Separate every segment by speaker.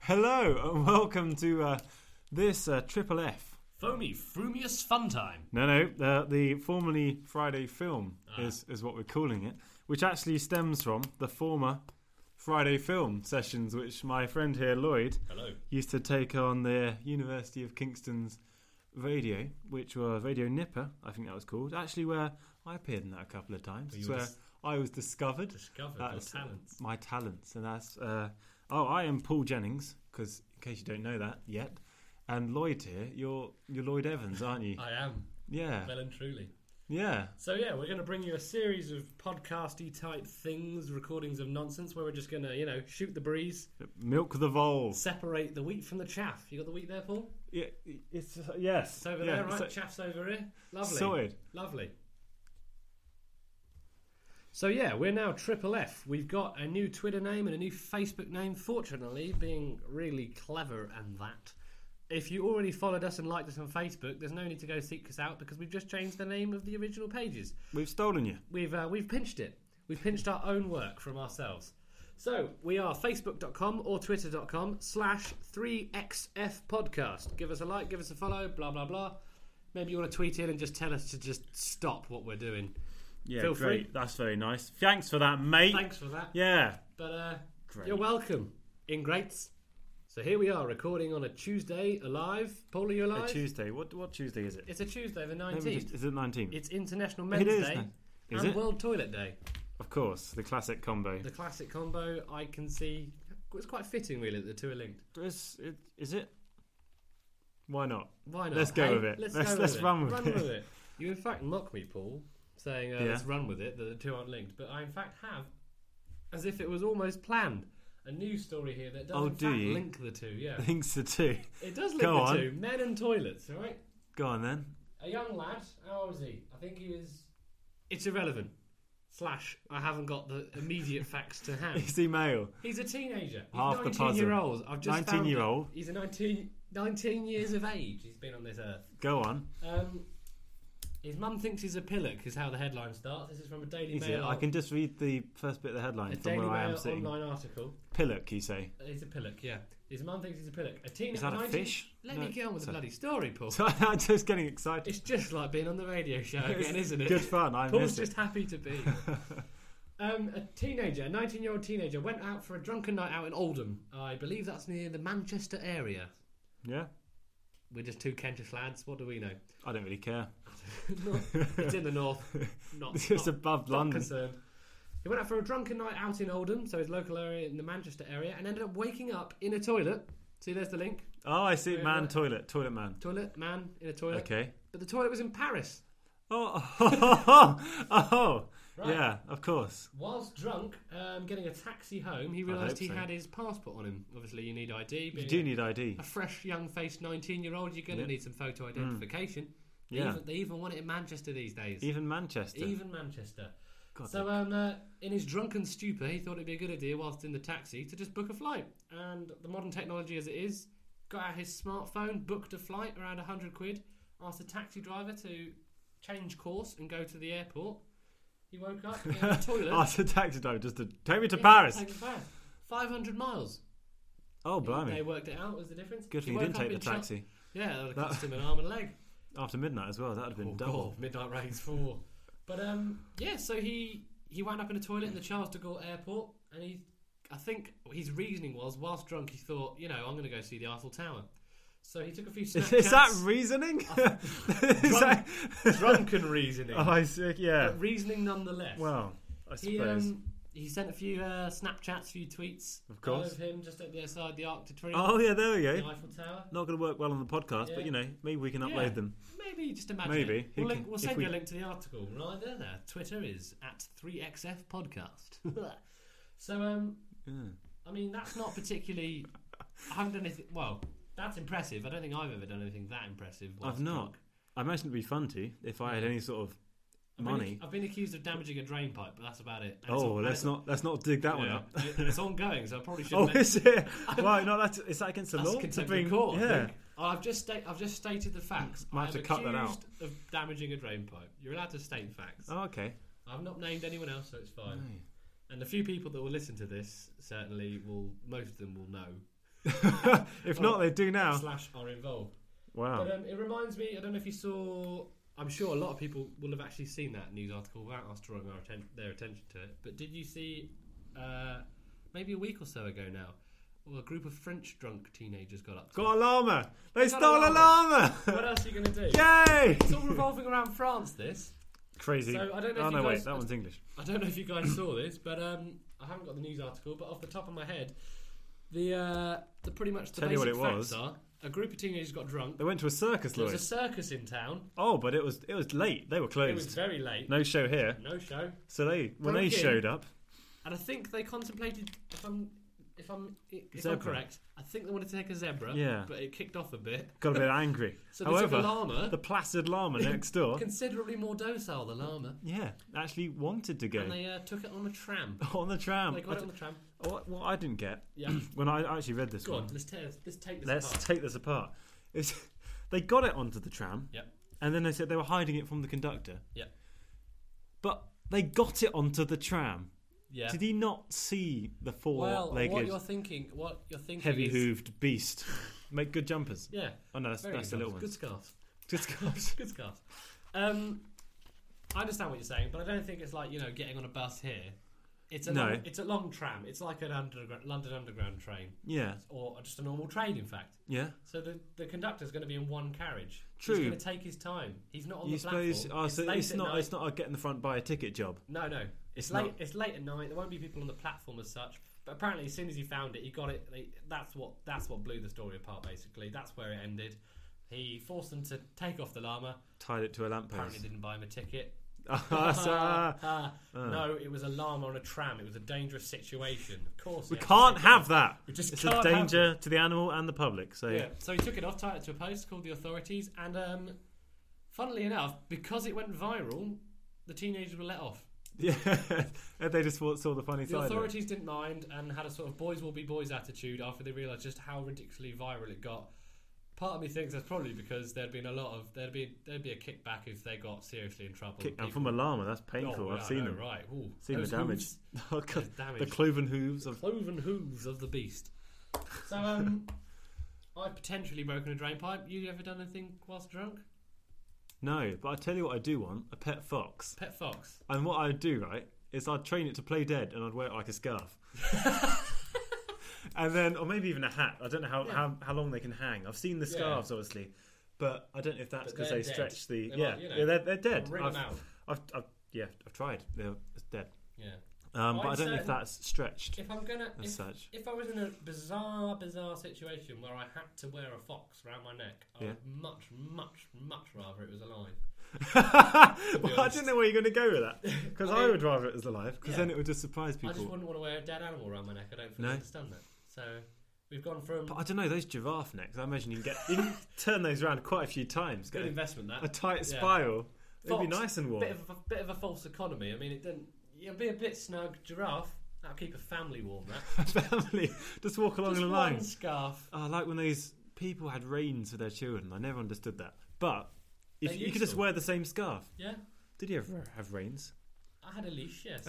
Speaker 1: Hello and welcome to uh, this uh, Triple F.
Speaker 2: Foamy, frumious fun time.
Speaker 1: No, no, uh, the formerly Friday film
Speaker 2: Ah.
Speaker 1: is, is what we're calling it, which actually stems from the former Friday film sessions, which my friend here, Lloyd,
Speaker 2: Hello.
Speaker 1: used to take on the University of Kingston's radio, which were Radio Nipper, I think that was called, actually, where I appeared in that a couple of times.
Speaker 2: Well,
Speaker 1: It's
Speaker 2: you
Speaker 1: where
Speaker 2: dis-
Speaker 1: I was discovered.
Speaker 2: Discovered your
Speaker 1: That's
Speaker 2: talents.
Speaker 1: My talents, and that's uh, oh, I am Paul Jennings. Because in case you don't know that yet, and Lloyd here, you're you're Lloyd Evans, aren't you?
Speaker 2: I am,
Speaker 1: yeah,
Speaker 2: well and truly.
Speaker 1: yeah.
Speaker 2: So, yeah, we're going to bring you a series of podcasty type things, recordings of nonsense, where we're just going to, you know, shoot the breeze,
Speaker 1: Milk the voles.
Speaker 2: separate the wheat from the chaff. You got the wheat there, Paul?
Speaker 1: Yeah, it's yes.
Speaker 2: It's over
Speaker 1: yeah,
Speaker 2: there, right?
Speaker 1: so-
Speaker 2: Chaff's over here. Lovely.
Speaker 1: Sorted.
Speaker 2: Lovely. So yeah, we're now Triple F. We've got a new Twitter name and a new Facebook name. Fortunately, being really clever and that. If you already followed us and liked us on Facebook, there's no need to go seek us out because we've just changed the name of the original pages.
Speaker 1: We've stolen you.
Speaker 2: We've uh, we've pinched it. We've pinched our own work from ourselves. So we are facebook.com or twitter.com slash 3xf podcast. Give us a like, give us a follow, blah, blah, blah. Maybe you want to tweet in and just tell us to just stop what we're doing.
Speaker 1: Yeah,
Speaker 2: Feel
Speaker 1: great.
Speaker 2: free.
Speaker 1: That's very nice. Thanks for that, mate.
Speaker 2: Thanks for that.
Speaker 1: Yeah.
Speaker 2: But uh,
Speaker 1: Great.
Speaker 2: you're welcome, ingrates. So here we are recording on a Tuesday alive. Paul, are you
Speaker 1: A
Speaker 2: alive?
Speaker 1: Tuesday. What what Tuesday is it?
Speaker 2: it's a Tuesday, the
Speaker 1: Let
Speaker 2: 19th.
Speaker 1: me just- is it nineteenth?
Speaker 2: It's International Men's
Speaker 1: It is
Speaker 2: Day
Speaker 1: then. Is
Speaker 2: and
Speaker 1: it?
Speaker 2: World Toilet Day.
Speaker 1: Of course, the classic combo.
Speaker 2: The classic combo, I can see. It's quite fitting, really, that the two are linked.
Speaker 1: Is it? Is it? Why not?
Speaker 2: Why not?
Speaker 1: Let's go
Speaker 2: Hey,
Speaker 1: with it.
Speaker 2: Let's,
Speaker 1: Let's-
Speaker 2: go with
Speaker 1: let's
Speaker 2: it.
Speaker 1: run with it.
Speaker 2: You, in fact, mock me, Paul, saying, uh,
Speaker 1: Yeah.
Speaker 2: let's run with it, that the two aren't linked. But I, in fact, have, as if it was almost planned, a news story here that does,
Speaker 1: Oh,
Speaker 2: in
Speaker 1: do
Speaker 2: fact,
Speaker 1: you?
Speaker 2: link the two, yeah.
Speaker 1: Thanks to two.
Speaker 2: It does link
Speaker 1: Go
Speaker 2: the
Speaker 1: on.
Speaker 2: two. Men and toilets, all right?
Speaker 1: Go on then.
Speaker 2: A young lad, how old is he? I think he was... It's irrelevant. Slash, I haven't got the immediate facts to hand.
Speaker 1: Is he male?
Speaker 2: He's a teenager. He's
Speaker 1: Half the
Speaker 2: 19
Speaker 1: puzzle.
Speaker 2: year old. I've just
Speaker 1: 19 year
Speaker 2: found it.
Speaker 1: old.
Speaker 2: He's a 19, 19 years of age. He's been on this earth.
Speaker 1: Go on.
Speaker 2: Um, his mum thinks he's a pillock, is how the headline starts. This is from a Daily
Speaker 1: Is it?
Speaker 2: Mail.
Speaker 1: I can just read the first bit of the
Speaker 2: a
Speaker 1: headline from
Speaker 2: Daily
Speaker 1: where I am
Speaker 2: Mail
Speaker 1: sitting.
Speaker 2: online article.
Speaker 1: Pillock, you say?
Speaker 2: He's a pillock, yeah. His mum thinks he's a pillock. A teen
Speaker 1: Is that a
Speaker 2: 19
Speaker 1: fish?
Speaker 2: Let
Speaker 1: No,
Speaker 2: me get on with the
Speaker 1: sorry.
Speaker 2: bloody story, Paul.
Speaker 1: So I'm just getting excited.
Speaker 2: It's just like being on the radio show
Speaker 1: It's
Speaker 2: again, isn't it?
Speaker 1: Good fun. I
Speaker 2: Paul's
Speaker 1: missed it.
Speaker 2: just happy to be. um, a teenager, a 19 year old teenager, went out for a drunken night out in Oldham. I believe that's near the Manchester area.
Speaker 1: Yeah,
Speaker 2: We're just two Kentish lads. What do we know?
Speaker 1: I don't really care.
Speaker 2: Not- it's in the north. Not,
Speaker 1: It's just
Speaker 2: not,
Speaker 1: above
Speaker 2: not
Speaker 1: London.
Speaker 2: concerned. He went out for a drunken night out in Oldham, so his local area in the Manchester area, and ended up waking up in a toilet. See, there's the link.
Speaker 1: Oh, I see.
Speaker 2: Yeah,
Speaker 1: Man,
Speaker 2: right.
Speaker 1: toilet, toilet man.
Speaker 2: Toilet, man in a toilet.
Speaker 1: Okay.
Speaker 2: But the toilet was in Paris.
Speaker 1: Oh, oh,
Speaker 2: Right.
Speaker 1: yeah, of course.
Speaker 2: Whilst drunk, um, getting a taxi home, he
Speaker 1: hope
Speaker 2: realised he
Speaker 1: so.
Speaker 2: had his passport on him. Obviously, you need ID.
Speaker 1: You
Speaker 2: being
Speaker 1: do
Speaker 2: a-
Speaker 1: need ID.
Speaker 2: a fresh, young-faced 19-year-old. You're going to
Speaker 1: Yeah. Hmm.
Speaker 2: need some photo identification. They,
Speaker 1: Yeah.
Speaker 2: even, they even want it in Manchester these days.
Speaker 1: Even Manchester.
Speaker 2: Even Manchester.
Speaker 1: God,
Speaker 2: so, um, uh, in his drunken stupor, he thought it'd be a good idea, whilst in the taxi, to just book a flight. And the modern technology as it is, got out his smartphone, booked a flight around 100 quid, asked a taxi driver to change course and go to the airport. He woke up in the toilet.
Speaker 1: Ask the taxi driver just to take me Oh, to
Speaker 2: uh, Yeah,
Speaker 1: Paris.
Speaker 2: taken to Paris. 500 miles.
Speaker 1: Oh, blimey.
Speaker 2: They worked it out, was the difference.
Speaker 1: Good
Speaker 2: He
Speaker 1: thing you didn't
Speaker 2: woke up
Speaker 1: take the
Speaker 2: in Chel-
Speaker 1: taxi.
Speaker 2: yeah, that would
Speaker 1: That-
Speaker 2: have cost him an arm and a leg.
Speaker 1: After midnight as well, that would have been
Speaker 2: Oh,
Speaker 1: double.
Speaker 2: God, midnight rain's four. But um, yeah, so he he wound up in a toilet in the Charles de Gaulle airport, and he, I think his reasoning was, whilst drunk, he thought, you know, I'm going to go see the Eiffel Tower. So he took a few
Speaker 1: Is,
Speaker 2: Snapchats.
Speaker 1: is that reasoning? Is that-
Speaker 2: drunken reasoning?
Speaker 1: Oh, I see. Yeah.
Speaker 2: But reasoning nonetheless.
Speaker 1: Well, I
Speaker 2: he
Speaker 1: suppose.
Speaker 2: um, he sent a few uh, Snapchats, few tweets
Speaker 1: Of course.
Speaker 2: of him just at the side the Arc de Triomphe,
Speaker 1: oh, yeah, there we
Speaker 2: the
Speaker 1: go.
Speaker 2: Eiffel Tower.
Speaker 1: Not going to work well on the podcast, but
Speaker 2: Yeah.
Speaker 1: you know, maybe we can upload
Speaker 2: Yeah.
Speaker 1: them.
Speaker 2: Maybe just imagine.
Speaker 1: Maybe.
Speaker 2: it.
Speaker 1: Who
Speaker 2: We'll,
Speaker 1: can-
Speaker 2: link, we'll
Speaker 1: if
Speaker 2: send
Speaker 1: we-
Speaker 2: you a link to the article right there. there. Twitter is at 3xf podcast. so, um,
Speaker 1: Yeah.
Speaker 2: I mean, that's not particularly. I haven't done anything. Well, that's impressive. I don't think I've ever done anything that impressive. whilst
Speaker 1: I've not.
Speaker 2: drunk.
Speaker 1: I imagine it'd be fun to if I had any sort of
Speaker 2: I've been
Speaker 1: money.
Speaker 2: ac- I've been accused of damaging a drain pipe, but that's about it. And it's
Speaker 1: oh,
Speaker 2: on-
Speaker 1: let's
Speaker 2: and
Speaker 1: not let's not dig that
Speaker 2: it's-
Speaker 1: one
Speaker 2: yeah,
Speaker 1: up.
Speaker 2: it- It's ongoing, so I probably shouldn't.
Speaker 1: Oh,
Speaker 2: let-
Speaker 1: is it? Why not? That's is that against the
Speaker 2: That's
Speaker 1: law?
Speaker 2: contempt of
Speaker 1: bring-
Speaker 2: court. I
Speaker 1: yeah.
Speaker 2: think. Oh, I've just sta- I've just stated the facts.
Speaker 1: Might
Speaker 2: I
Speaker 1: have
Speaker 2: am
Speaker 1: to cut that out.
Speaker 2: accused Of damaging a drain pipe. You're allowed to state facts.
Speaker 1: Oh, okay.
Speaker 2: I've not named anyone else, so it's fine.
Speaker 1: No.
Speaker 2: And the few people that will listen to this certainly will, most of them will know
Speaker 1: if not, they do now.
Speaker 2: slash are involved. But
Speaker 1: Wow.
Speaker 2: um, it reminds me, I don't know if you saw. I'm sure a lot of people will have actually seen that news article without us drawing our atten- their attention to it. But did you see, uh, maybe a week or so ago now, well, a group of French drunk teenagers got up to?
Speaker 1: Got a llama. They
Speaker 2: Got a
Speaker 1: stole a llama.
Speaker 2: What else are you going to do?
Speaker 1: Yay!
Speaker 2: It's all revolving around France, this.
Speaker 1: Crazy.
Speaker 2: So, I don't know if
Speaker 1: oh
Speaker 2: you
Speaker 1: no,
Speaker 2: guys-
Speaker 1: wait, that one's English.
Speaker 2: I don't know if you guys saw this, but um, I haven't got the news article. But off the top of my head, the uh, the pretty much the
Speaker 1: Tell you
Speaker 2: basic
Speaker 1: what it
Speaker 2: facts
Speaker 1: was.
Speaker 2: are: a group of teenagers got drunk.
Speaker 1: They went to a circus,
Speaker 2: There was a
Speaker 1: Lloyd.
Speaker 2: circus in town.
Speaker 1: Oh, but it was it was late. They were
Speaker 2: It was
Speaker 1: closed.
Speaker 2: very late.
Speaker 1: No show here.
Speaker 2: no show.
Speaker 1: So they when
Speaker 2: Broke
Speaker 1: they
Speaker 2: in.
Speaker 1: showed up,
Speaker 2: And I think they contemplated if I'm if I'm if I'm
Speaker 1: Zebra.
Speaker 2: correct, I think they wanted to take a zebra.
Speaker 1: Yeah.
Speaker 2: But it kicked off a bit.
Speaker 1: got a bit angry.
Speaker 2: So they took a
Speaker 1: However,
Speaker 2: llama,
Speaker 1: the placid llama next door,
Speaker 2: considerably more docile, the llama,
Speaker 1: yeah, actually wanted to go
Speaker 2: and they uh, took it on a tram.
Speaker 1: on the tram.
Speaker 2: they
Speaker 1: I
Speaker 2: got it
Speaker 1: d-
Speaker 2: on the tram.
Speaker 1: what, what I didn't get
Speaker 2: Yeah.
Speaker 1: when I actually read this
Speaker 2: Go
Speaker 1: one.
Speaker 2: on. Let's take let's take this.
Speaker 1: Let's
Speaker 2: apart.
Speaker 1: take this apart. It's, they got it onto the tram.
Speaker 2: Yep.
Speaker 1: And then they said they were hiding it from the conductor.
Speaker 2: Yep.
Speaker 1: But they got it onto the tram.
Speaker 2: yeah.
Speaker 1: Did he not see the
Speaker 2: Well, what
Speaker 1: four-legged,
Speaker 2: you're thinking, what you're thinking, is,
Speaker 1: heavy-hooved beast make good jumpers?
Speaker 2: yeah,
Speaker 1: Oh no, that's,
Speaker 2: very
Speaker 1: that's the
Speaker 2: good
Speaker 1: little
Speaker 2: scarf.
Speaker 1: one.
Speaker 2: Good scarf,
Speaker 1: Just goes-
Speaker 2: good scarf. Um, I understand what you're saying, but I don't think it's like you know getting on a bus here. It's a
Speaker 1: No.
Speaker 2: long, it's a long tram. It's like an underground London Underground train,
Speaker 1: yeah,
Speaker 2: or just a normal train, in fact.
Speaker 1: yeah.
Speaker 2: So the the conductor's going to be in one carriage. He's
Speaker 1: True.
Speaker 2: going to take his time. He's not on
Speaker 1: You
Speaker 2: the platform.
Speaker 1: suppose? Oh, so
Speaker 2: late
Speaker 1: it's
Speaker 2: at
Speaker 1: not.
Speaker 2: night.
Speaker 1: It's not. I get in the front, buy a ticket job.
Speaker 2: No, no.
Speaker 1: It's
Speaker 2: It's late.
Speaker 1: not.
Speaker 2: It's late at night. There won't be people on the platform as such. But apparently, as soon as he found it, he got it. They, that's what. That's what blew the story apart. Basically, that's where it ended. He forced them to take off the llama.
Speaker 1: Tied it to a
Speaker 2: Apparently,
Speaker 1: lamppost.
Speaker 2: didn't buy him a ticket.
Speaker 1: Ah, so-
Speaker 2: Ah, no, it was a llama on a tram. It was a dangerous situation. Of course, he
Speaker 1: we
Speaker 2: had to
Speaker 1: can't
Speaker 2: take it
Speaker 1: have
Speaker 2: off.
Speaker 1: that.
Speaker 2: We just
Speaker 1: It's
Speaker 2: can't
Speaker 1: a
Speaker 2: have
Speaker 1: danger to the animal and the public. So
Speaker 2: Yeah. So he took it off, tied it to a post, called the authorities, and um, funnily enough, because it went viral, the teenagers were let off.
Speaker 1: yeah, they just wa- saw the funny
Speaker 2: The
Speaker 1: side. of it.
Speaker 2: authorities didn't mind and had a sort of boys will be boys attitude after they realised just how ridiculously viral it got. Part of me thinks that's probably because there'd been a lot of there'd be there'd be a kickback if they got seriously in trouble.
Speaker 1: Kick- and
Speaker 2: People-
Speaker 1: from a llama, that's painful.
Speaker 2: Oh,
Speaker 1: I've
Speaker 2: yeah, I
Speaker 1: seen
Speaker 2: know,
Speaker 1: them.
Speaker 2: Right, Ooh,
Speaker 1: Seen the
Speaker 2: those
Speaker 1: damage.
Speaker 2: hooves.
Speaker 1: Oh, God.
Speaker 2: Those damage.
Speaker 1: The cloven hooves of.
Speaker 2: cloven hooves of the beast. So, um, I've potentially broken a drain pipe. You ever done anything whilst drunk?
Speaker 1: No, but I tell you what, I do want a pet fox.
Speaker 2: Pet fox.
Speaker 1: And what I'd do, right, is I'd train it to play dead and I'd wear it like a scarf. and then, or maybe even a hat. I don't know how,
Speaker 2: Yeah.
Speaker 1: how, how long they can hang. I've seen the
Speaker 2: Yeah.
Speaker 1: scarves, obviously, but I don't know if that's
Speaker 2: But
Speaker 1: because
Speaker 2: they're
Speaker 1: they
Speaker 2: dead.
Speaker 1: stretch the.
Speaker 2: They
Speaker 1: yeah,
Speaker 2: might, you know,
Speaker 1: yeah, they're, they're dead.
Speaker 2: Ring
Speaker 1: I've,
Speaker 2: them out.
Speaker 1: I've, I've, yeah, I've tried. They're it's dead.
Speaker 2: Yeah.
Speaker 1: Um, but
Speaker 2: I'd
Speaker 1: I don't know if
Speaker 2: say-
Speaker 1: that's stretched
Speaker 2: If I'm gonna,
Speaker 1: as
Speaker 2: if,
Speaker 1: such.
Speaker 2: if I was in a bizarre, bizarre situation where I had to wear a fox around my neck, I
Speaker 1: Yeah.
Speaker 2: would much, much, much rather it was alive.
Speaker 1: well, I
Speaker 2: honest.
Speaker 1: didn't know where you're going to go with that. Because
Speaker 2: I
Speaker 1: I,
Speaker 2: mean-
Speaker 1: would rather it was alive, because
Speaker 2: Yeah.
Speaker 1: then it would just surprise people.
Speaker 2: I just wouldn't want to wear a dead animal around my neck. I don't fully
Speaker 1: No.
Speaker 2: understand that. So we've gone from
Speaker 1: But I don't know those giraffe necks. I imagine you can get you can turn those around quite a few times.
Speaker 2: good
Speaker 1: Get a,
Speaker 2: investment
Speaker 1: a
Speaker 2: that
Speaker 1: tight
Speaker 2: Yeah.
Speaker 1: spiral. It'd be
Speaker 2: Fox,
Speaker 1: nice and warm.
Speaker 2: bit of a, bit of a false economy. I mean, it didn't. You'll be a bit snug. Giraffe. That'll keep a family warm. That
Speaker 1: Family just walk along
Speaker 2: Just
Speaker 1: in a
Speaker 2: one
Speaker 1: line.
Speaker 2: scarf.
Speaker 1: Oh, I like when those people had reins for their children. I never understood that. But if
Speaker 2: They're
Speaker 1: you could just
Speaker 2: useful.
Speaker 1: wear the same scarf.
Speaker 2: Yeah,
Speaker 1: Did you ever have reins?
Speaker 2: I had a leash. Yes.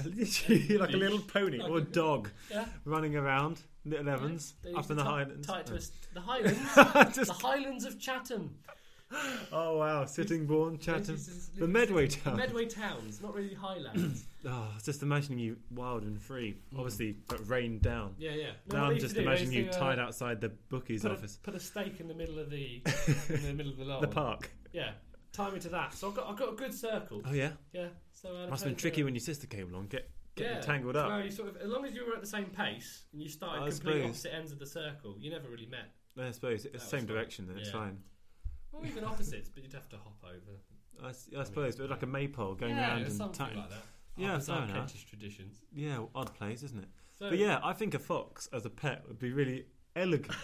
Speaker 1: like a little pony or a dog
Speaker 2: Yeah.
Speaker 1: running around, little Evans
Speaker 2: They used
Speaker 1: up
Speaker 2: to
Speaker 1: in the
Speaker 2: tie-
Speaker 1: Highlands.
Speaker 2: Tie it to a s the Highlands. the Highlands of Chatham.
Speaker 1: oh wow, Sittingbourne, Chatham,
Speaker 2: This is-
Speaker 1: the Medway Town.
Speaker 2: Medway towns, not really Highlands.
Speaker 1: Oh, just imagining you wild and free.
Speaker 2: Mm.
Speaker 1: Obviously, but rained down.
Speaker 2: yeah, yeah.
Speaker 1: Now I'm just imagining you tied outside the bookie's
Speaker 2: uh, Put a,
Speaker 1: office,
Speaker 2: put a stake in the middle of the in the middle of the lawn.
Speaker 1: the park.
Speaker 2: Yeah, tie me to that. So I've got I've got a good circle.
Speaker 1: Oh yeah,
Speaker 2: Yeah. So uh,
Speaker 1: must have been tricky when your sister came along. Get get you
Speaker 2: yeah.
Speaker 1: tangled up.
Speaker 2: Well, you sort of, as long as you were at the same pace and you started
Speaker 1: I
Speaker 2: complete
Speaker 1: suppose.
Speaker 2: opposite ends of the circle, you never really met.
Speaker 1: I suppose
Speaker 2: That
Speaker 1: it's
Speaker 2: was
Speaker 1: the same
Speaker 2: fine.
Speaker 1: direction, then it's
Speaker 2: Yeah.
Speaker 1: fine.
Speaker 2: Or even opposites, but you'd have to hop over.
Speaker 1: I, s- I suppose, but like a maypole going
Speaker 2: yeah,
Speaker 1: round
Speaker 2: it's
Speaker 1: and
Speaker 2: something
Speaker 1: tying.
Speaker 2: like that.
Speaker 1: Yeah,
Speaker 2: Oh,
Speaker 1: fair
Speaker 2: bizarre
Speaker 1: enough.
Speaker 2: Kentish traditions.
Speaker 1: Yeah, well, odd place, isn't it?
Speaker 2: So,
Speaker 1: But yeah, I think a fox as a pet would be really elegant.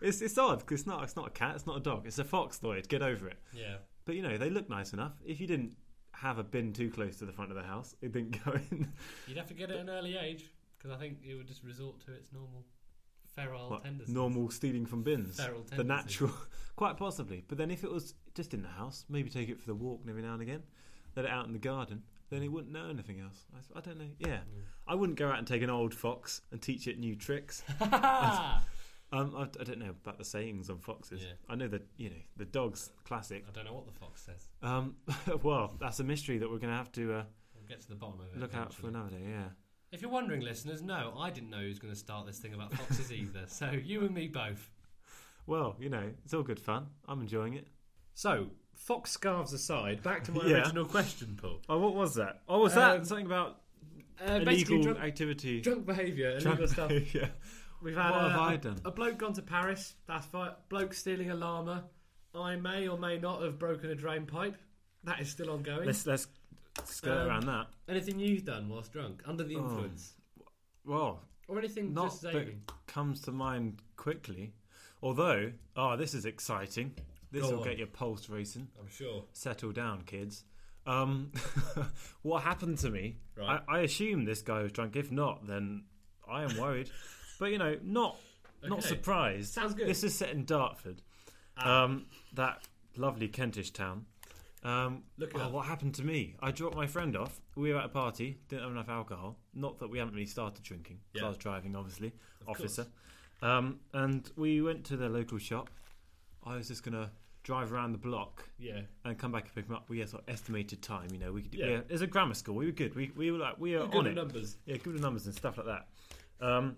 Speaker 1: it's it's odd 'cause it's not it's not a cat, it's not a dog, it's a fox. Lloyd, get over it.
Speaker 2: yeah.
Speaker 1: But you know they look nice enough. If you didn't have a bin too close to the front of the house, it didn't go in.
Speaker 2: You'd have to get it at an early age because I think it would just resort to its normal feral
Speaker 1: What,
Speaker 2: tendencies.
Speaker 1: normal stealing from bins.
Speaker 2: feral
Speaker 1: the
Speaker 2: tendencies.
Speaker 1: natural, quite possibly. But then if it was just in the house, maybe take it for the walk every now and again, let it out in the garden, then it wouldn't know anything else. I s- I, don't know. Yeah, I wouldn't go out and take an old fox and teach it new tricks.
Speaker 2: Yeah.
Speaker 1: Um, I I, I don't know about the sayings on foxes.
Speaker 2: Yeah.
Speaker 1: I know that you know the dog's classic.
Speaker 2: I don't know what the fox says.
Speaker 1: Um, well, that's a mystery that we're going to have to uh,
Speaker 2: We'll get to the bottom of it.
Speaker 1: look out for
Speaker 2: eventually.
Speaker 1: another day. Yeah.
Speaker 2: If you're wondering, listeners, no, I didn't know who's going to start this thing about foxes either. So you and me both.
Speaker 1: Well, you know, it's all good fun. I'm enjoying it.
Speaker 2: So fox scarves aside, back to my
Speaker 1: Yeah.
Speaker 2: original question, Paul.
Speaker 1: Oh, what was that? Oh, was
Speaker 2: Um,
Speaker 1: that something about
Speaker 2: Uh, basically,
Speaker 1: illegal
Speaker 2: drunk,
Speaker 1: activity?
Speaker 2: drunk behaviour, and
Speaker 1: Drunk
Speaker 2: illegal stuff.
Speaker 1: behaviour.
Speaker 2: We've had
Speaker 1: What
Speaker 2: uh,
Speaker 1: have I
Speaker 2: a-
Speaker 1: done?
Speaker 2: A bloke gone to Paris. That's fine. Bloke stealing a llama. I may or may not have broken a drain pipe. That is still ongoing.
Speaker 1: Let's let's skirt
Speaker 2: Um,
Speaker 1: around that.
Speaker 2: Anything you've done whilst drunk, under the
Speaker 1: Oh.
Speaker 2: influence,
Speaker 1: Well,
Speaker 2: or anything
Speaker 1: Not
Speaker 2: just
Speaker 1: that-
Speaker 2: saving.
Speaker 1: comes to mind quickly. Although, oh, this is exciting. This
Speaker 2: Go
Speaker 1: will
Speaker 2: on.
Speaker 1: get your pulse racing.
Speaker 2: I'm sure.
Speaker 1: Settle down, kids. Um, what happened to me?
Speaker 2: Right.
Speaker 1: I, I assume this guy was drunk. If not, then I am worried. but you know, not not
Speaker 2: Okay.
Speaker 1: surprised.
Speaker 2: Sounds good.
Speaker 1: This is set in Dartford,
Speaker 2: Ah.
Speaker 1: um, that lovely Kentish town. Um,
Speaker 2: Look it
Speaker 1: oh,
Speaker 2: up.
Speaker 1: what happened to me? I dropped my friend off. We were at a party, didn't have enough alcohol. Not that we hadn't really started drinking. 'cause
Speaker 2: Yeah.
Speaker 1: I was driving, obviously,
Speaker 2: Of
Speaker 1: officer. Um, and we went to the local shop. I was just gonna drive around the block
Speaker 2: Yeah.
Speaker 1: and come back and pick him up. We had sort of estimated time. You know, we could.
Speaker 2: Yeah.
Speaker 1: Yeah. It's a grammar school. We were good. We we were like we are
Speaker 2: Good
Speaker 1: on
Speaker 2: at
Speaker 1: it.
Speaker 2: numbers.
Speaker 1: Yeah, give the numbers and stuff like that. Um,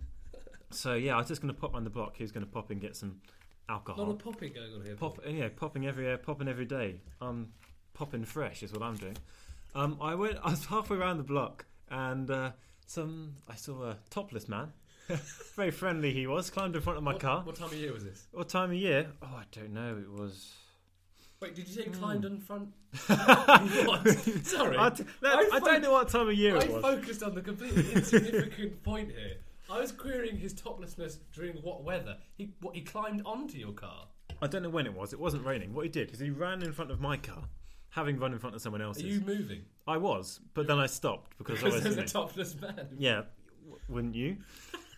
Speaker 1: so yeah, I was just going to pop round the block. He was going to pop in get some
Speaker 2: A lot
Speaker 1: alcohol.
Speaker 2: of popping going on here.
Speaker 1: Pop,
Speaker 2: Paul.
Speaker 1: yeah, popping everywhere, popping every day. Um, popping fresh is what I'm doing. Um, I went. I was halfway around the block, and uh, some I saw a topless man. Very friendly he was. Climbed in front of my
Speaker 2: What-
Speaker 1: car. What,
Speaker 2: What time of year was this?
Speaker 1: time of year? Oh, I don't know. It was.
Speaker 2: Wait, did you say
Speaker 1: Hmm.
Speaker 2: climbed in front? what? Sorry.
Speaker 1: I, d- that-
Speaker 2: I
Speaker 1: I
Speaker 2: fo-
Speaker 1: don't know what time of year
Speaker 2: I
Speaker 1: it was.
Speaker 2: focused on the completely insignificant point here. I was querying his toplessness during what weather? He what, he climbed onto your car.
Speaker 1: I don't know when it was. It wasn't raining. What he did is he ran in front of my car, having run in front of someone
Speaker 2: Are
Speaker 1: else's.
Speaker 2: you moving?
Speaker 1: I was, but then I stopped because I
Speaker 2: Because
Speaker 1: was.
Speaker 2: there's
Speaker 1: you
Speaker 2: a
Speaker 1: know-
Speaker 2: topless man.
Speaker 1: yeah, w- wouldn't you?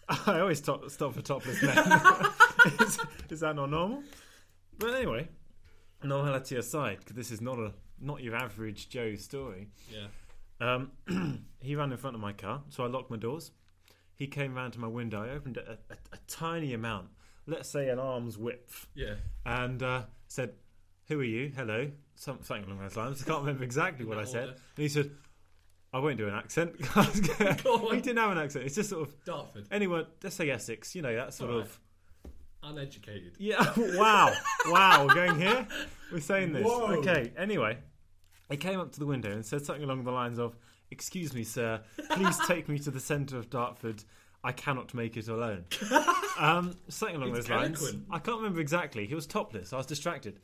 Speaker 1: I always top, stop for topless men. is, is that not normal? But anyway, normality aside, because this is not a not your average Joe story.
Speaker 2: Yeah.
Speaker 1: Um, he ran in front of my car, so I locked my doors. He came round to my window. I opened it a, a, a tiny amount, let's say an arm's width
Speaker 2: Yeah.
Speaker 1: and uh, said, "Who are you? Hello." Some, something along those lines. I can't remember exactly
Speaker 2: In
Speaker 1: what
Speaker 2: that
Speaker 1: I said.
Speaker 2: order.
Speaker 1: And he said, "I won't do an accent." I was gonna-
Speaker 2: Go on.
Speaker 1: he didn't have an accent. It's just sort of
Speaker 2: Dartford.
Speaker 1: anyone. Let's say Essex. You know that sort
Speaker 2: All
Speaker 1: of.
Speaker 2: Uneducated.
Speaker 1: Yeah. wow. wow. We're going here. We're saying this.
Speaker 2: Whoa.
Speaker 1: Okay. Anyway, he came up to the window and said something along the lines of, "Excuse me, sir. Please take me to the centre of Dartford." I cannot make it alone. um, something along
Speaker 2: It's
Speaker 1: those lines.
Speaker 2: eloquent.
Speaker 1: I can't remember exactly. He was topless. I was distracted.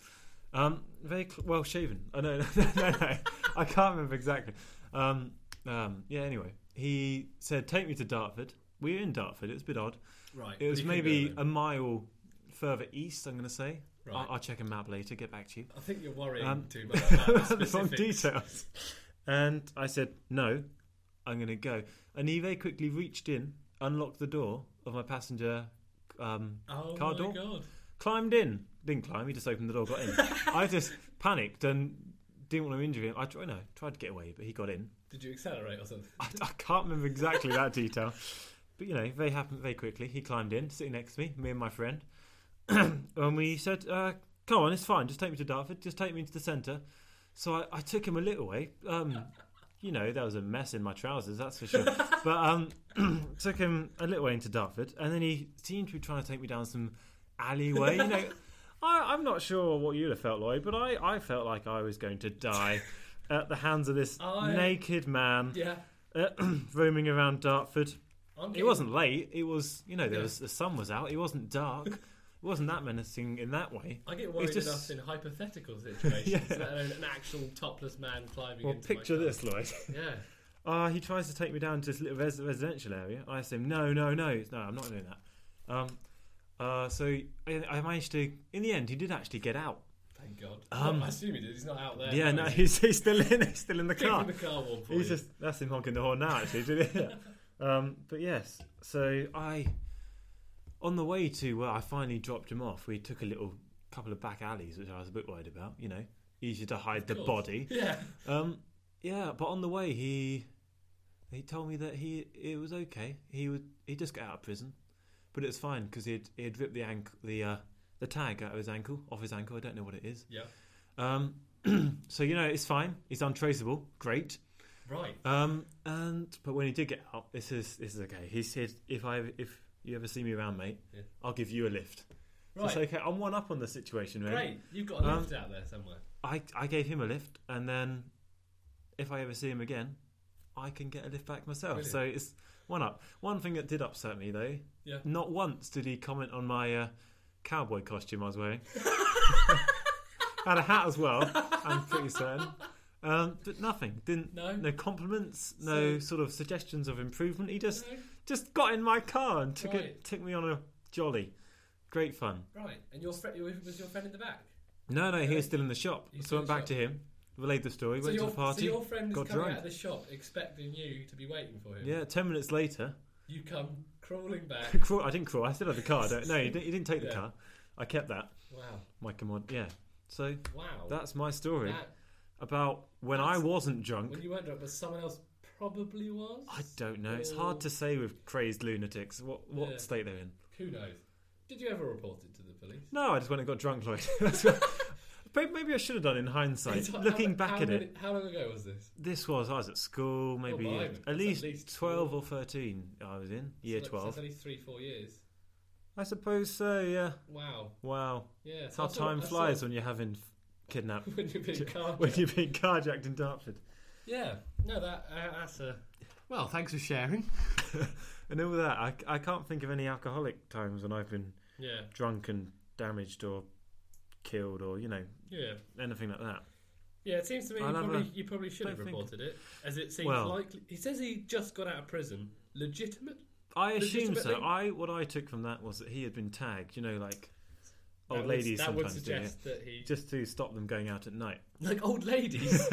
Speaker 1: Um, very cl- well shaven. Oh, no, no, no, no, no. I can't remember exactly. Um, um, yeah. Anyway, he said, "Take me to Dartford." We're in Dartford. It's a bit odd.
Speaker 2: Right.
Speaker 1: It was
Speaker 2: you can go
Speaker 1: maybe
Speaker 2: then.
Speaker 1: a mile further east. I'm going to say.
Speaker 2: Right.
Speaker 1: I'll, I'll check a map later. Get back to you.
Speaker 2: I think you're worrying
Speaker 1: Um,
Speaker 2: too much about the
Speaker 1: the wrong
Speaker 2: specifics.
Speaker 1: details. And I said no. I'm going to go. And he very quickly reached in, unlocked the door of my passenger um,
Speaker 2: Oh
Speaker 1: Car
Speaker 2: my
Speaker 1: door?
Speaker 2: god.
Speaker 1: climbed in. Didn't climb. He just opened the door, got in. I just panicked and didn't want to injure him. I tried, no, tried to get away, but he got in.
Speaker 2: Did you accelerate or something?
Speaker 1: I, I can't remember exactly that detail, but you know, they happened very quickly. He climbed in, sitting next to me, me and my friend, and we said, uh, "Come on, it's fine. Just take me to Dartford. Just take me into the centre." So I, I took him a little way. Um, you know, there was a mess in my trousers, that's for sure. but um, took him a little way into Dartford, and then he seemed to be trying to take me down some alleyway. You know, I, I'm not sure what you'd have felt, Lloyd, but I, I felt like I was going to die at the hands of this
Speaker 2: I-
Speaker 1: naked man
Speaker 2: Yeah.
Speaker 1: uh, roaming around Dartford.
Speaker 2: I'm
Speaker 1: It
Speaker 2: getting-
Speaker 1: wasn't late. It was, you know, there
Speaker 2: Yeah.
Speaker 1: was the sun was out. It wasn't dark. it wasn't that menacing in that way.
Speaker 2: I get worried
Speaker 1: just-
Speaker 2: enough in hypothetical situations,
Speaker 1: Yeah.
Speaker 2: let alone an actual topless man climbing
Speaker 1: Well,
Speaker 2: into
Speaker 1: picture
Speaker 2: my car.
Speaker 1: this, Lloyd.
Speaker 2: Yeah.
Speaker 1: Uh, he tries to take me down to this little res- residential area. I say, no, no, no, no, I'm not doing that. Um, uh, so I, I managed to. In the end, he did actually get out.
Speaker 2: Thank God.
Speaker 1: Um,
Speaker 2: I assume he did. He's not out there.
Speaker 1: yeah,
Speaker 2: now,
Speaker 1: no,
Speaker 2: is he?
Speaker 1: he's, he's still in. He's still in the
Speaker 2: Keep
Speaker 1: car.
Speaker 2: in the car warm for
Speaker 1: He's
Speaker 2: you.
Speaker 1: just that's him honking the horn now, actually. Did it? um, but yes, so I, on the way to where I finally dropped him off, we took a little couple of back alleys, which I was a bit worried about. You know, easier to hide the
Speaker 2: course.
Speaker 1: body.
Speaker 2: Yeah.
Speaker 1: Um, yeah, but on the way he, he told me that he it was okay. He would he just got out of prison. but it's fine because he'd he'd ripped the ankle the uh, the tag out of his ankle off his ankle. I don't know what it is.
Speaker 3: Yeah.
Speaker 1: Um, so you know it's fine. He's untraceable. Great.
Speaker 3: Right.
Speaker 1: Um, and but when he did get out, this is this is okay. He said, "If I if you ever see me around, mate,
Speaker 3: Yeah.
Speaker 1: I'll give you a lift." So
Speaker 3: Right.
Speaker 1: it's okay. I'm one up on the situation, really.
Speaker 3: Great. You've got a
Speaker 1: Um,
Speaker 3: lift out there somewhere.
Speaker 1: I I gave him a lift, and then if I ever see him again, I can get a lift back myself.
Speaker 3: Brilliant.
Speaker 1: So it's one up. One thing that did upset me though,
Speaker 3: Yeah.
Speaker 1: not once did he comment on my uh, cowboy costume I was wearing. Had a hat as well. I'm pretty certain. Um, but nothing. Didn't
Speaker 3: No.
Speaker 1: no compliments, no
Speaker 3: So-
Speaker 1: sort of suggestions of improvement. He just
Speaker 3: No?
Speaker 1: just got in my car and took
Speaker 3: Right.
Speaker 1: it took me on a jolly. Great fun.
Speaker 3: Right. And your friend was your friend in the back.
Speaker 1: No, no, he
Speaker 3: Yeah.
Speaker 1: was still in the shop.
Speaker 3: He's
Speaker 1: so
Speaker 3: still
Speaker 1: I
Speaker 3: in
Speaker 1: went
Speaker 3: the
Speaker 1: back
Speaker 3: shop.
Speaker 1: to him, relayed the story,
Speaker 3: so,
Speaker 1: went to
Speaker 3: your,
Speaker 1: the party.
Speaker 3: so your friend is
Speaker 1: got
Speaker 3: coming
Speaker 1: drunk.
Speaker 3: out of the shop expecting you to be waiting for him.
Speaker 1: Yeah, ten minutes later,
Speaker 3: You come crawling back.
Speaker 1: crawl, I didn't crawl. I still had the car. Don't, no, he didn't, he didn't take the
Speaker 3: Yeah.
Speaker 1: car. I kept that.
Speaker 3: wow.
Speaker 1: My commod. Yeah. So
Speaker 3: Wow.
Speaker 1: that's my story
Speaker 3: Oh. That-
Speaker 1: about when I
Speaker 3: That's-
Speaker 1: wasn't drunk.
Speaker 3: when you weren't drunk, but someone else probably was.
Speaker 1: I don't know. It's hard to say with crazed lunatics what what
Speaker 3: Oh. Yeah.
Speaker 1: state they're in.
Speaker 3: Who knows? Did you ever report it to the police?
Speaker 1: No, I just went and got drunk, Lloyd. That's what- Maybe- Maybe I should have done in hindsight.
Speaker 3: How-
Speaker 1: Looking
Speaker 3: how-
Speaker 1: back
Speaker 3: how
Speaker 1: at
Speaker 3: many-
Speaker 1: it,
Speaker 3: How long ago was this?
Speaker 1: this was I was at school, maybe
Speaker 3: blimey.
Speaker 1: uh,
Speaker 3: That's
Speaker 1: at
Speaker 3: at
Speaker 1: least,
Speaker 3: least
Speaker 1: twelve or thirteen. I was in year
Speaker 3: so,
Speaker 1: twelve,
Speaker 3: So it's only three, four years.
Speaker 1: I suppose so. Yeah.
Speaker 3: Wow.
Speaker 1: Wow.
Speaker 3: Yeah.
Speaker 1: It's how time flies when you're having f- kidnapped.
Speaker 3: when you've been carjacked.
Speaker 1: when you're being carjacked in Dartford.
Speaker 3: Yeah. No, that uh, that's a.
Speaker 2: Well, thanks for sharing.
Speaker 1: And all that, I, I can't think of any alcoholic times when I've been
Speaker 3: Yeah.
Speaker 1: drunk and damaged or killed or, you know,
Speaker 3: Yeah.
Speaker 1: anything like that.
Speaker 3: Yeah, it seems to me you
Speaker 1: I'll have
Speaker 3: probably,
Speaker 1: a-
Speaker 3: you probably should have
Speaker 1: don't think-
Speaker 3: reported it, as it seems
Speaker 1: Well-
Speaker 3: likely. He says he just got out of prison. Legitimate?
Speaker 1: I assume so.
Speaker 3: Legitimately?
Speaker 1: I What I took from that was that he had been tagged, you know, like
Speaker 3: That
Speaker 1: old
Speaker 3: would-
Speaker 1: ladies
Speaker 3: That would
Speaker 1: sometimes do it.
Speaker 3: suggest that he
Speaker 1: Just to stop them going out at night.
Speaker 3: like old ladies.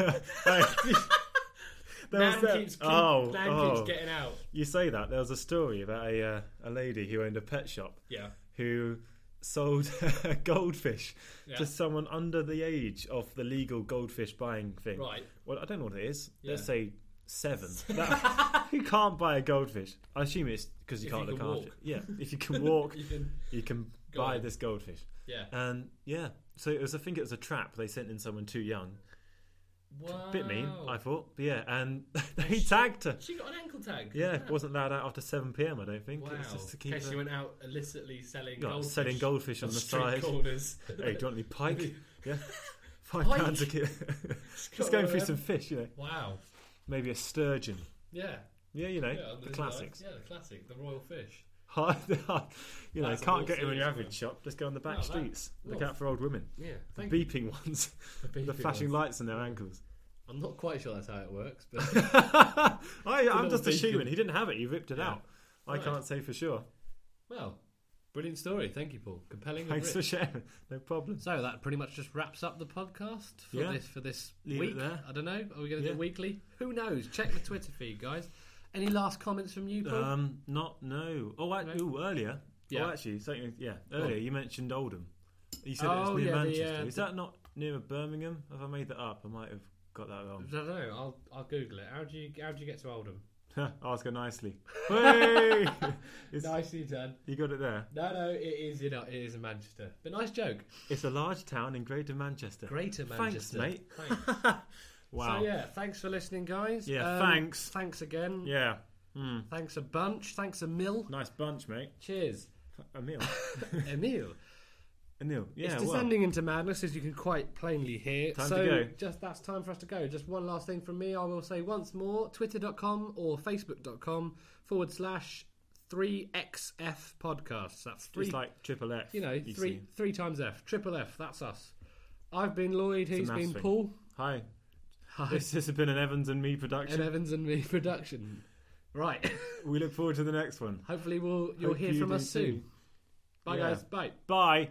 Speaker 1: There
Speaker 3: man
Speaker 1: was that-
Speaker 3: keeps, keep,
Speaker 1: oh,
Speaker 3: man
Speaker 1: oh.
Speaker 3: keeps getting out.
Speaker 1: You say that. There was a story about a, uh, a lady who owned a pet shop
Speaker 3: Yeah,
Speaker 1: who sold a goldfish
Speaker 3: yeah.
Speaker 1: to someone under the age of the legal goldfish buying thing.
Speaker 3: right.
Speaker 1: Well, I don't know what it is. Let's
Speaker 3: Yeah.
Speaker 1: say seven. That- you can't buy a goldfish. I assume it's because you
Speaker 3: If you
Speaker 1: can't
Speaker 3: can
Speaker 1: look
Speaker 3: walk.
Speaker 1: after it. Yeah, if you can walk,
Speaker 3: You can,
Speaker 1: you can
Speaker 3: Go
Speaker 1: buy
Speaker 3: on.
Speaker 1: this goldfish.
Speaker 3: yeah.
Speaker 1: And yeah, so it was. I think it was a trap. They sent in someone too young.
Speaker 3: Wow.
Speaker 1: Bit mean,
Speaker 3: Oh.
Speaker 1: I thought. But yeah, and they
Speaker 3: She-
Speaker 1: tagged her.
Speaker 3: She got an ankle tag.
Speaker 1: Yeah,
Speaker 3: Wow.
Speaker 1: wasn't allowed out after seven p.m. I don't think.
Speaker 3: Wow.
Speaker 1: It was just to
Speaker 3: In
Speaker 1: keep
Speaker 3: case
Speaker 1: her,
Speaker 3: she went out illicitly selling
Speaker 1: you know,
Speaker 3: goldfish
Speaker 1: selling goldfish on the
Speaker 3: street
Speaker 1: side.
Speaker 3: corners.
Speaker 1: Hey, do you want any pike? yeah, five
Speaker 3: Pike?
Speaker 1: pounds a kilo.
Speaker 3: got
Speaker 1: just going
Speaker 3: all
Speaker 1: through
Speaker 3: them.
Speaker 1: some fish, you know.
Speaker 3: Wow.
Speaker 1: Maybe a sturgeon.
Speaker 3: Yeah.
Speaker 1: Yeah, you know,
Speaker 3: yeah on
Speaker 1: the
Speaker 3: side.
Speaker 1: classics.
Speaker 3: Yeah, the classic. The royal fish.
Speaker 1: Hard, hard. You know,
Speaker 3: That's
Speaker 1: can't
Speaker 3: all
Speaker 1: get them in your
Speaker 3: serious,
Speaker 1: average
Speaker 3: man.
Speaker 1: shop. Just go on the back
Speaker 3: No, that-
Speaker 1: streets. Look
Speaker 3: well,
Speaker 1: out for old women.
Speaker 3: Yeah.
Speaker 1: The
Speaker 3: Thank
Speaker 1: beeping ones.
Speaker 3: you.
Speaker 1: the flashing lights on their ankles.
Speaker 3: I'm not quite sure that's how it works, but
Speaker 1: I, I'm
Speaker 3: old
Speaker 1: just
Speaker 3: beeping.
Speaker 1: assuming. He didn't have it. He ripped it
Speaker 3: Yeah.
Speaker 1: out. I
Speaker 3: Right.
Speaker 1: can't say for sure.
Speaker 3: well, brilliant story. Thank you, Paul. Compelling.
Speaker 1: Thanks
Speaker 3: and
Speaker 1: for
Speaker 3: rich.
Speaker 1: sharing. No problem.
Speaker 2: So that pretty much just wraps up the podcast for
Speaker 1: Yeah.
Speaker 2: this for this
Speaker 1: Leave it
Speaker 2: week.
Speaker 1: there.
Speaker 2: I don't know. Are we going to
Speaker 1: Yeah.
Speaker 2: do weekly? Who knows? Check the Twitter feed, guys. Any last comments from you, Paul?
Speaker 1: Um, not no. Oh, I,
Speaker 2: No.
Speaker 1: ooh, earlier.
Speaker 2: Yeah.
Speaker 1: Oh, actually, something. Yeah,
Speaker 2: on.
Speaker 1: earlier you mentioned Oldham. You said it
Speaker 2: Oh,
Speaker 1: was near
Speaker 2: yeah, the,
Speaker 1: Manchester.
Speaker 2: uh,
Speaker 1: Is that not near Birmingham? Have I made that up? I might have got that
Speaker 3: I
Speaker 1: wrong.
Speaker 3: don't know. I'll I'll Google it. How do you how do you get to Oldham?
Speaker 1: Ask her nicely. Hey! It's-
Speaker 3: Nicely done.
Speaker 1: you got it there.
Speaker 3: No, no, it is in it is in Manchester. But nice joke.
Speaker 1: It's a large town in Greater Manchester.
Speaker 2: Greater
Speaker 1: Thanks,
Speaker 2: Manchester.
Speaker 1: mate.
Speaker 3: Thanks.
Speaker 1: Wow.
Speaker 2: So yeah, thanks for listening, guys. Um,
Speaker 1: Yeah, thanks.
Speaker 2: Thanks again.
Speaker 1: Yeah. Hmm.
Speaker 2: Thanks a bunch. Thanks a mill.
Speaker 1: Nice bunch, mate.
Speaker 2: Cheers,
Speaker 1: Emil.
Speaker 2: Emil.
Speaker 1: Emil. Yeah.
Speaker 2: it's
Speaker 1: well.
Speaker 2: descending into madness, as you can quite plainly hear.
Speaker 1: Time to
Speaker 2: so
Speaker 1: go.
Speaker 2: just that's time for us to go. Just one last thing from me. I will say once more: twitter.com or facebook.com forward slash three xf podcasts. That's three,
Speaker 1: It's like triple X.
Speaker 2: you know, three
Speaker 1: see.
Speaker 2: three times f, triple f. That's us. I've been Lloyd.
Speaker 1: a
Speaker 2: He's
Speaker 1: maths
Speaker 2: been
Speaker 1: thing.
Speaker 2: Paul.
Speaker 1: Hi.
Speaker 2: Hi,
Speaker 1: This has been an Evans and me
Speaker 2: and
Speaker 1: production.
Speaker 2: Evans and me production. Right.
Speaker 1: We look forward to the next one.
Speaker 2: Hopefully, we'll you'll
Speaker 1: Hope
Speaker 2: hear
Speaker 1: you
Speaker 2: from
Speaker 1: do
Speaker 2: us soon.
Speaker 1: too.
Speaker 2: Bye,
Speaker 1: Yeah.
Speaker 2: guys. Bye.
Speaker 1: Bye.